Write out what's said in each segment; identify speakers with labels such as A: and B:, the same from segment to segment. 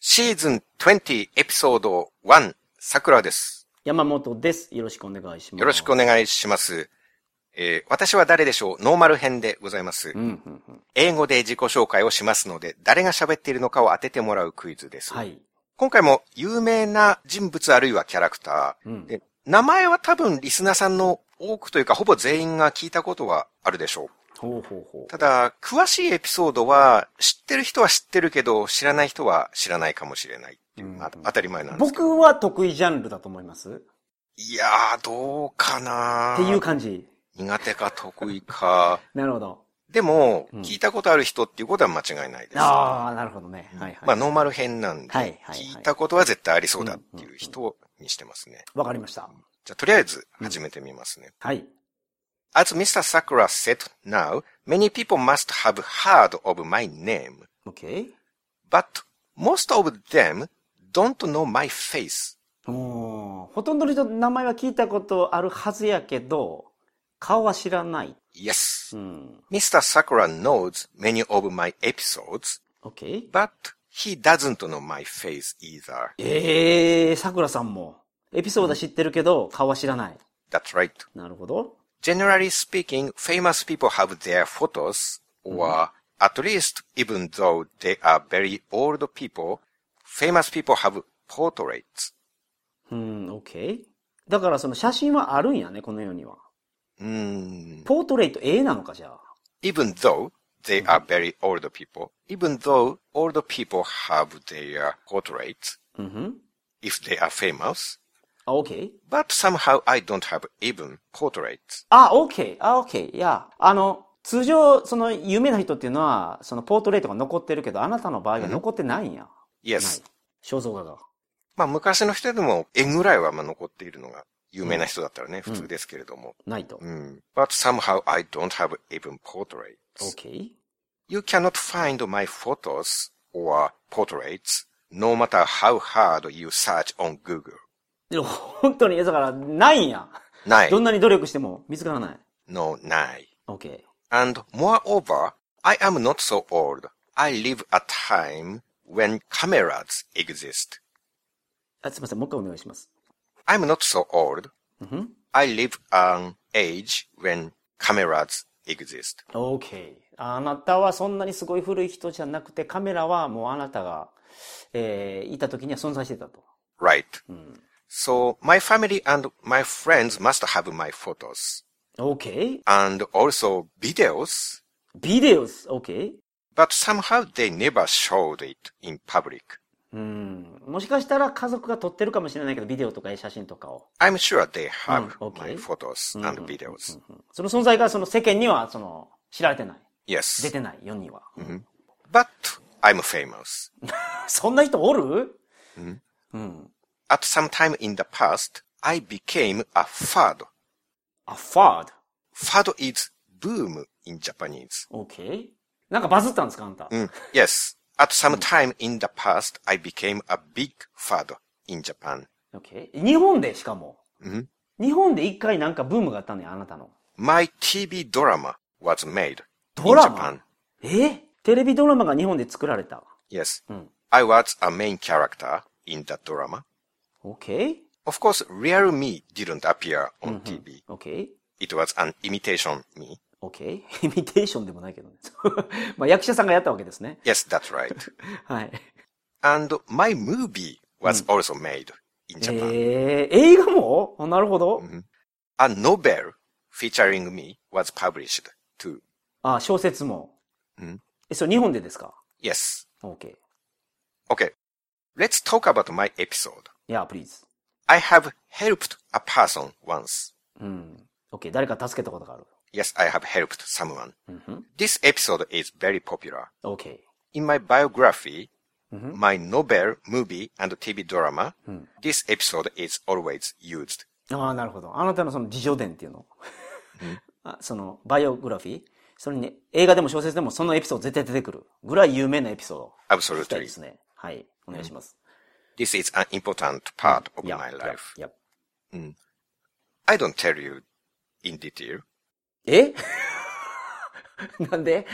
A: シーズン20エピソード1、桜です。
B: 山本です。よろしくお願いします。
A: よろしくお
B: いし
A: 願いします。えー私は誰でしょうノーマル編でございます。
B: ます。うん、うん、うん。
A: 英語で自己紹介をしますので、誰が喋っているのかを当ててもらうクイズです。
B: はい。
A: 今回も有名な人物あるいはキャラクタ
B: う
A: ー。
B: ん。
A: で名前は多分リスナーさんの多くというか、ほぼ全員が聞いたことはあるでしょう。
B: ほうほうほう。
A: ただ、詳しいエピソードは、知ってる人は知ってるけど、知らない人は知らないかもしれないっていう、
B: うん
A: あ当たり前なんですけど。
B: 僕は得意ジャンルだと思います。っ
A: いやー、どうかな
B: ていう感じ。
A: 苦手か得意か。
B: なるほど。
A: でも、
B: うん
A: 聞いたことある人っていうことは間違いないです。
B: ああ、なるほどね。はいはい。
A: まあ、ノーマル編なんで、
B: はいはいはい
A: 聞いたことは絶対ありそうだっていう人にしてますね。
B: わかりました。
A: じゃあ、とりあえず始めてみますね。
B: はい。
A: As Mr. Sakura said now, many people must have heard of my name.
B: OK?
A: But most of them don't know my face.
B: おーほとんどの人名前は聞いたことあるはずやけど、顔は知らない。
A: Yes.
B: うん。
A: Mr. Sakura knows many of my episodes,
B: OK?
A: but he doesn't know my face either.
B: ええー、桜さんも。エピソードは知ってるけど、顔は知らない。
A: That's right.
B: なるほど。
A: Generally speaking, famous people have their photos, or at least even though they are very old people, famous people have portraits.
B: うん、OK? だからその写真はあるんやね、この世には。
A: Mm,
B: ポートレート A なのか、じゃあ。
A: even though they are very old people, even though older people have their portraits,
B: うんふん。
A: if they are famous,
B: あ、OK?
A: but somehow I don't have even portraits.
B: あ、OK! あ、OK! いや、あの、通常、その、有名な人っていうのは、その、ポートレートが残ってるけど、あなたの場合は残ってないんや。
A: Yes.
B: ない。肖像画が。
A: まあ昔の人でも絵ぐらいはまあ残っているのが有名な人だったらね、普通ですけれども。
B: ないと
A: う。ん。But somehow I don't have even portraits.
B: OK?
A: You cannot find my photos or portraits, no matter how hard you search on Google.
B: でも本当に、いやだから、ないんや。
A: ない
B: ど。んなに努力しても見つからない。
A: No, ない。
B: OK。
A: And moreover, I am not so old. I live a time when cameras exist.
B: あ、すいません、もう一回お願いします。
A: I'm not so old.
B: うんふん。
A: I live an age when cameras exist.
B: OK。あなたはそんなにすごい古い人じゃなくて、カメラはもうあなたが、えー、いた時には存在してたと。
A: Right.
B: うん。
A: So my family and my friends must have my photos
B: OK?
A: and also videos,
B: ビデオス OK?
A: but somehow they never showed it in public.
B: うん。もしかしたら家族が撮ってるかもしれないけど、ビデオとか写真とかを。
A: I'm sure they have
B: Mm, okay.
A: my photos and videos.
B: うんその存在がその世間には、その、知られてない。出
A: Yes.
B: てない、世には。
A: But I'm famous.
B: そんな人おるうん。
A: At some time in the past, I became a fad.
B: あ、ファード。
A: Fad is boom in Japanese.
B: OK? なんかバズったんですか、あんた。
A: Mm, yes. At some time in the past, I became a big fad in Japan.
B: OK? 日本でしかも。
A: Mhm.
B: 日本で一回なんかブームがあったのよ、あなたの。
A: My TV drama was made
B: ドラ
A: in
B: マ
A: Japan.
B: えテレビドラマが日本で作られた。
A: Yes.
B: うん。
A: I was a main character in that drama.
B: OK?
A: Of course, real me didn't appear on TV.
B: OK?
A: It was an imitation me.
B: OK? イミテーションでもないけどね。 まあ役者さんがやったわけですね。
A: Yes, that's right.
B: はい。
A: and my movie was also made in
B: え
A: Japan.
B: ー、映画もあなるほど。
A: A novel featuring me was published too.
B: あ、小説も。
A: うん
B: え、それ日本でですか
A: Yes.
B: ?OK。
A: Okay. Let's talk about my episode.
B: いや、please.
A: I have helped a person once.
B: うん。OK。誰か助けたことがある。
A: Yes, I have helped someone.
B: うんふん
A: This episode is very popular.
B: OK。
A: In my biography,
B: Mhm.
A: my novel, movie, and TV drama,
B: Mm.
A: this episode is always used.
B: ああ、なるほど。あなたのその自叙伝っていうの。 あその、バイオグラフィーそれに、映画でも小説でもそのエピソード絶対出てくる。ぐらい有名なエピソード。聞きた
A: Absolutely.
B: いですね。はい。お願いします。
A: This is an important part of
B: いや
A: my life.
B: いやいや
A: I don't tell you in detail.
B: えなんで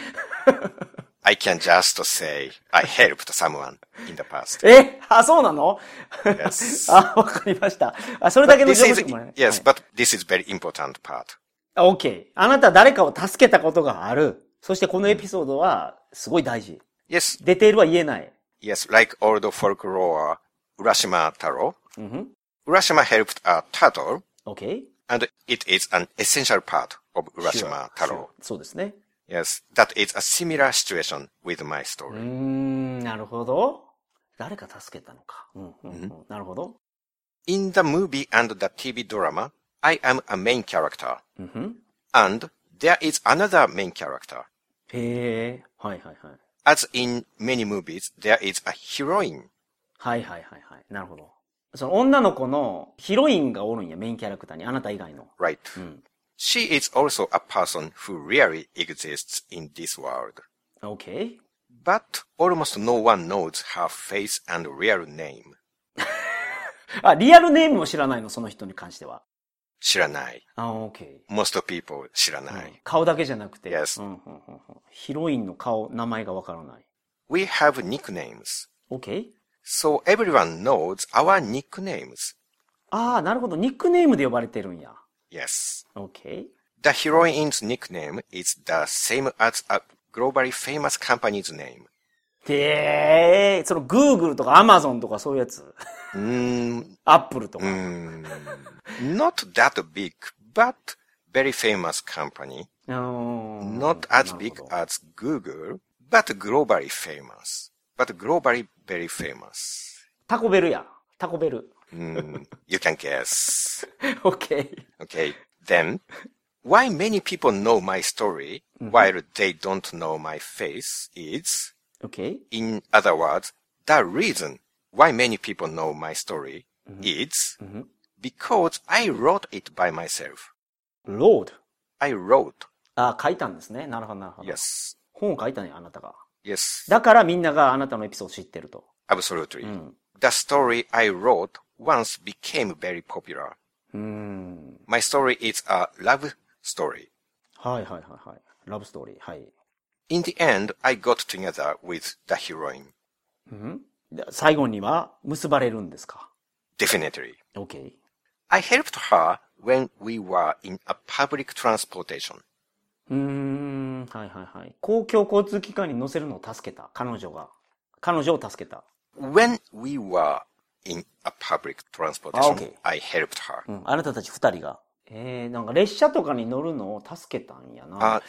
A: I can just say I helped someone in the past.
B: えあ、そうなの
A: Yes.
B: あ、わかりました。あ、それだけの
A: This
B: 情
A: is,
B: 報もね。
A: yes, but this is very important part.
B: あ OK。あなた誰かを助けたことがある。そしてこのエピソードはすごい大事。
A: Yes,
B: デテールは言えない。
A: yes, like old folklore, Urashima Taro.
B: うんふん。
A: Urashima helped a turtle,
B: OK?
A: and it is an essential part of Urashima
B: Sure.
A: Taro.
B: そうそうですね。
A: Yes, that is a similar situation with my
B: うー
A: story.
B: ん、なるほど。誰か助けたのか。うん、うん、うん。なるほど。
A: In the movie and the TV drama, I am a main character,
B: うんふん。
A: and there is another main character.
B: へえ。はいはいはい。
A: As in many movies, there is a heroine.
B: はいはいはいはい。なるほど。その女の子のヒロインがおるんや、メインキャラクターに。あなた以外の。
A: Right.
B: うん。
A: She is also a person who really exists in this world.
B: OK?
A: But almost no one knows her face and real name.
B: あ、リアルネームも知らないの、その人に関しては。
A: 知らない.
B: あ、OK。
A: Most people 知らない.
B: 顔だけじゃなくて、
A: Yes.
B: うんうんうんうんヒロインの顔、名前がわからない。
A: We have nicknames.
B: OK?
A: So everyone knows our nicknames.
B: ああ、なるほど。ニックネームで呼ばれてるんや。
A: Yes.
B: OK?
A: The heroine's nickname is the same as a globally famous company's name.
B: へえ、その Google とか Amazon とかそういうやつ。
A: Mm,
B: Apple とか。
A: mm, not that big, but very famous company.
B: うーん
A: Not as
B: なるほど
A: big as Google, but globally famous. But globally very famous.
B: タコベルや。タコベル。
A: Mm, you can guess.
B: OK。
A: Okay. Then, why many people know my story while they don't know my face is
B: OK?
A: In other words, the reason why many people know my story is because I wrote it by myself.
B: Lord.
A: I wrote.
B: ああ、書いたんですね。なるほど、なるほど。
A: Yes.
B: 本を書いたね、あなたが。
A: Yes.
B: だからみんながあなたのエピソードを知ってると。
A: Absolutely. The story I wrote once became very popular.
B: うーん。
A: My story is a love story.
B: はいはいはいはい。ラブストーリー。はい。
A: In the end, I got together with the heroine.
B: で最後には結ばれるんですか
A: Definitely.
B: ?OK。
A: I helped her when we were in a public transportation.
B: うーん、はいはいはい。公共交通機関に乗せるのを助けた。彼女が。彼女を助けた。
A: When we were in a public transportation,
B: Ah, okay. Mm.
A: I helped her.
B: うん、あなたたち二人が。えー、なんか列車とかに乗るのを助けたんやな
A: あ。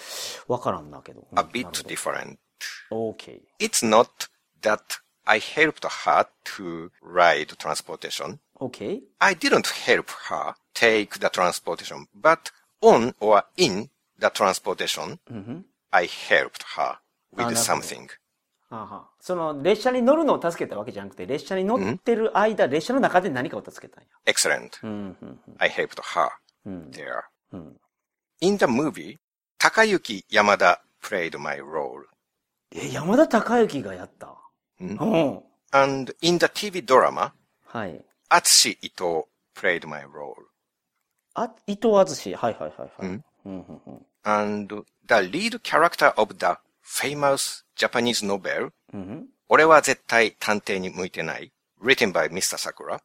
B: わからんだけど。
A: A bit different.
B: OK。
A: It's not that I helped her to ride transportation.
B: OK?
A: I didn't help her take the transportation, but on or in the transportation, I helped her with something.
B: あはその列車に乗るのを助けたわけじゃなくて、列車に乗ってる間、列車の中で何かを助けたんや。
A: Excellent. I helped her there. In the movie, Takayuki Yamada played my role.
B: え、山田孝之がやった。
A: うん
B: うん。
A: And in the TV drama,
B: はい。
A: Atsushi Ito played my role.
B: あ、伊藤淳。はいはいはいはい。
A: And the lead character of the famous Japanese novel, 俺は絶対探偵に向いてない、written by Mr. Sakura,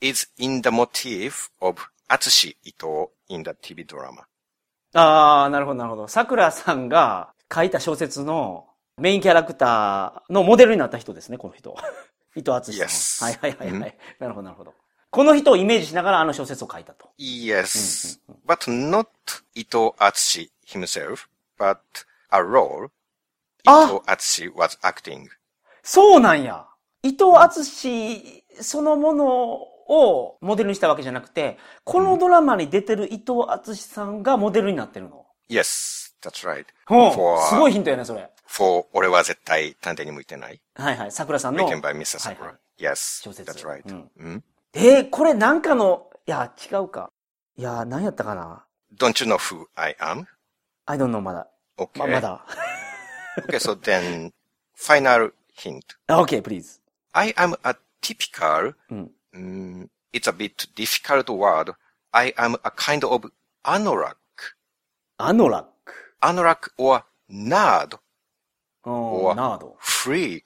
A: is in the motif of Atsushi Ito in the TV drama.
B: ああ、なるほどなるほど。桜さんが書いた小説のメインキャラクターのモデルになった人ですね、この人。 伊藤淳さん。
A: Yes.
B: はいはいはいはい。なるほどなるほど。この人をイメージしながらあの小説を書いたと。
A: Yes, but not Ito Atsushi himself, but a role
B: あ
A: Ito Atsushi was acting.
B: そうなんや。伊藤淳そのものをモデルにしたわけじゃなくて、このドラマに出てる伊藤淳さんがモデルになってるの。
A: Yes, that's right.
B: ほ
A: For,
B: う。すごいヒントやね、それ。
A: for 俺は絶対探偵に向いてない。
B: はいはい。桜さんの。
A: written by Mr.
B: はい
A: Sakura.
B: はい
A: Yes,
B: 小説。
A: that's right.
B: うん。
A: Mm.
B: えーこれなんかの、いや、違うか。いや、何やったかな。
A: Don't you know who I am?
B: I don't know, まだ。
A: Okay.
B: ま、まだ。
A: Okay, so then, final hint.
B: okay, please.
A: I am a typical,
B: Mm.
A: mm, it's a bit difficult word. I am a kind of anorak,
B: アノラック。
A: anorak or nerd
B: うん
A: お
B: ナード。
A: freak.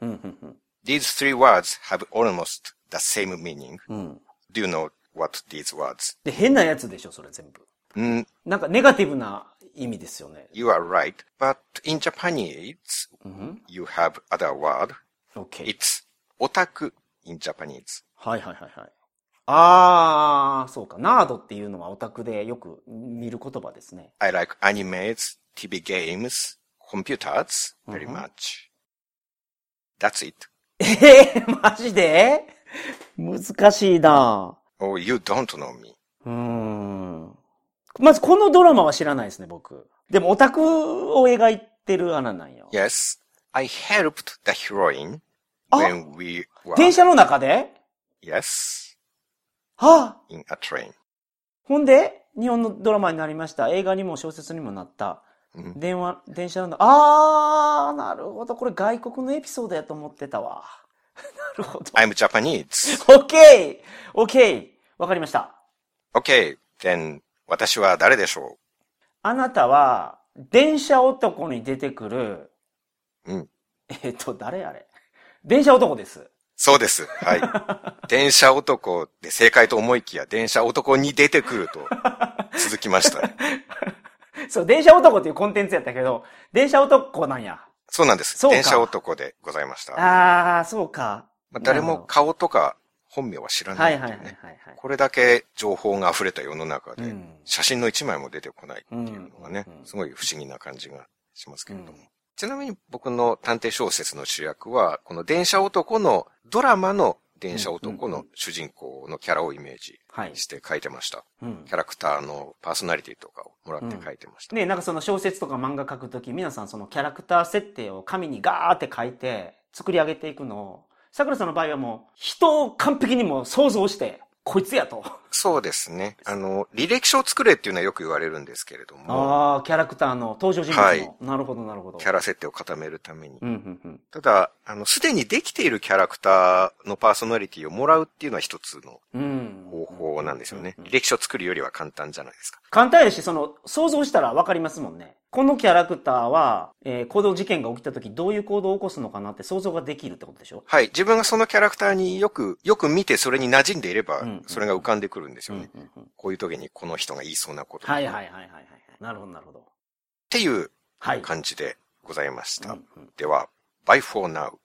B: うんうん、
A: These three words have almost the same meaning.
B: うん。うん。
A: Do you know what these words?
B: で、変なやつでしょ、それ全部。
A: Mm,
B: なんかネガティブな意味ですよね。
A: you are right. But in Japanese,
B: うん。
A: you have other word.
B: OK。
A: It's otaku in Japanese.
B: はいはいはいはい。あー、そうか。ナードっていうのはオタクでよく見る言葉ですね。
A: I like animes, TV games, computers very much. That's it.
B: ええマジで難しいな
A: Oh, you don't know me.
B: うーん。まずこのドラマは知らないですね、僕。でもオタクを描いてる穴なんよ。
A: Yes, I helped the heroine
B: あ
A: when we were,
B: 電車の中で
A: yes,
B: はあ、
A: in a train.
B: ほんで、日本のドラマになりました。映画にも小説にもなった。
A: うん
B: 電話、電車の中、あー、なるほど。これ外国のエピソードやと思ってたわ。 なるほど。
A: I'm Japanese.
B: オッケーオッケーわかりました。
A: Okay, then 私は誰でしょ
B: あなたは、電車男に出てくる、
A: ううん。
B: えっと、誰あれ電車男です。
A: そうです。はい。 電車男で正解と思いきや、電車男に出てくると続きましたね。
B: そう、電車男っていうコンテンツやったけど、電車男なんや。
A: そうなんです。
B: そうか
A: 電車男でございました。
B: あー、そうか。
A: まあ、誰も顔とか本名は知ら
B: は
A: ないい
B: はい
A: ん
B: は
A: で
B: い
A: ね、
B: はいはい。
A: これだけ情報が溢れた世の中で、
B: うん
A: 写真の一枚も出てこないっていうのがね、
B: うん
A: すごい不思議な感じがしますけれども。
B: うん
A: ちなみに僕の探偵小説の主役は、この電車男のドラマの電車男の主人公のキャラをイメージ
B: はい。
A: して書いてました。
B: うん
A: キ。ャラクターのパーソナリティとかをもらって書いてました。
B: ね、なんかその小説とか漫画書くとき、皆さんそのキャラクター設定を紙にガーって書いて、作り上げていくのを、桜さんの場合はもう、人を完璧にもう想像して、こいつやと。
A: そうですね。あの、履歴書を作れっていうのはよく言われるんですけれども、
B: ああ、キャラクターの登場人物の。
A: はい
B: なるほど、なるほど。
A: キャラ設定を固めるために。
B: うん、うん、うん。
A: ただ、あの、すでにできているキャラクターのパーソナリティをもらうっていうのは一つの
B: うん。
A: 方法なんですよね
B: う。ん
A: 履歴書を作るよりは簡単じゃないですか。
B: 簡単やし、その、想像したらわかりますもんね。このキャラクターは、えー行動事件が起きた時どういう行動を起こすのかなって想像ができるってことでしょ
A: はい。自分がそのキャラクターによく、よく見てそれに馴染んでいれば
B: うん、
A: それが浮かんでくるんですよね。
B: うんうんうん
A: こういう時にこの人が言いそうなこと。
B: はい
A: っ
B: はいはいはいはい。なるほど、なるほど。
A: ていう
B: はい。
A: 感じでございまし
B: う
A: た
B: ん。うん
A: では、by for now.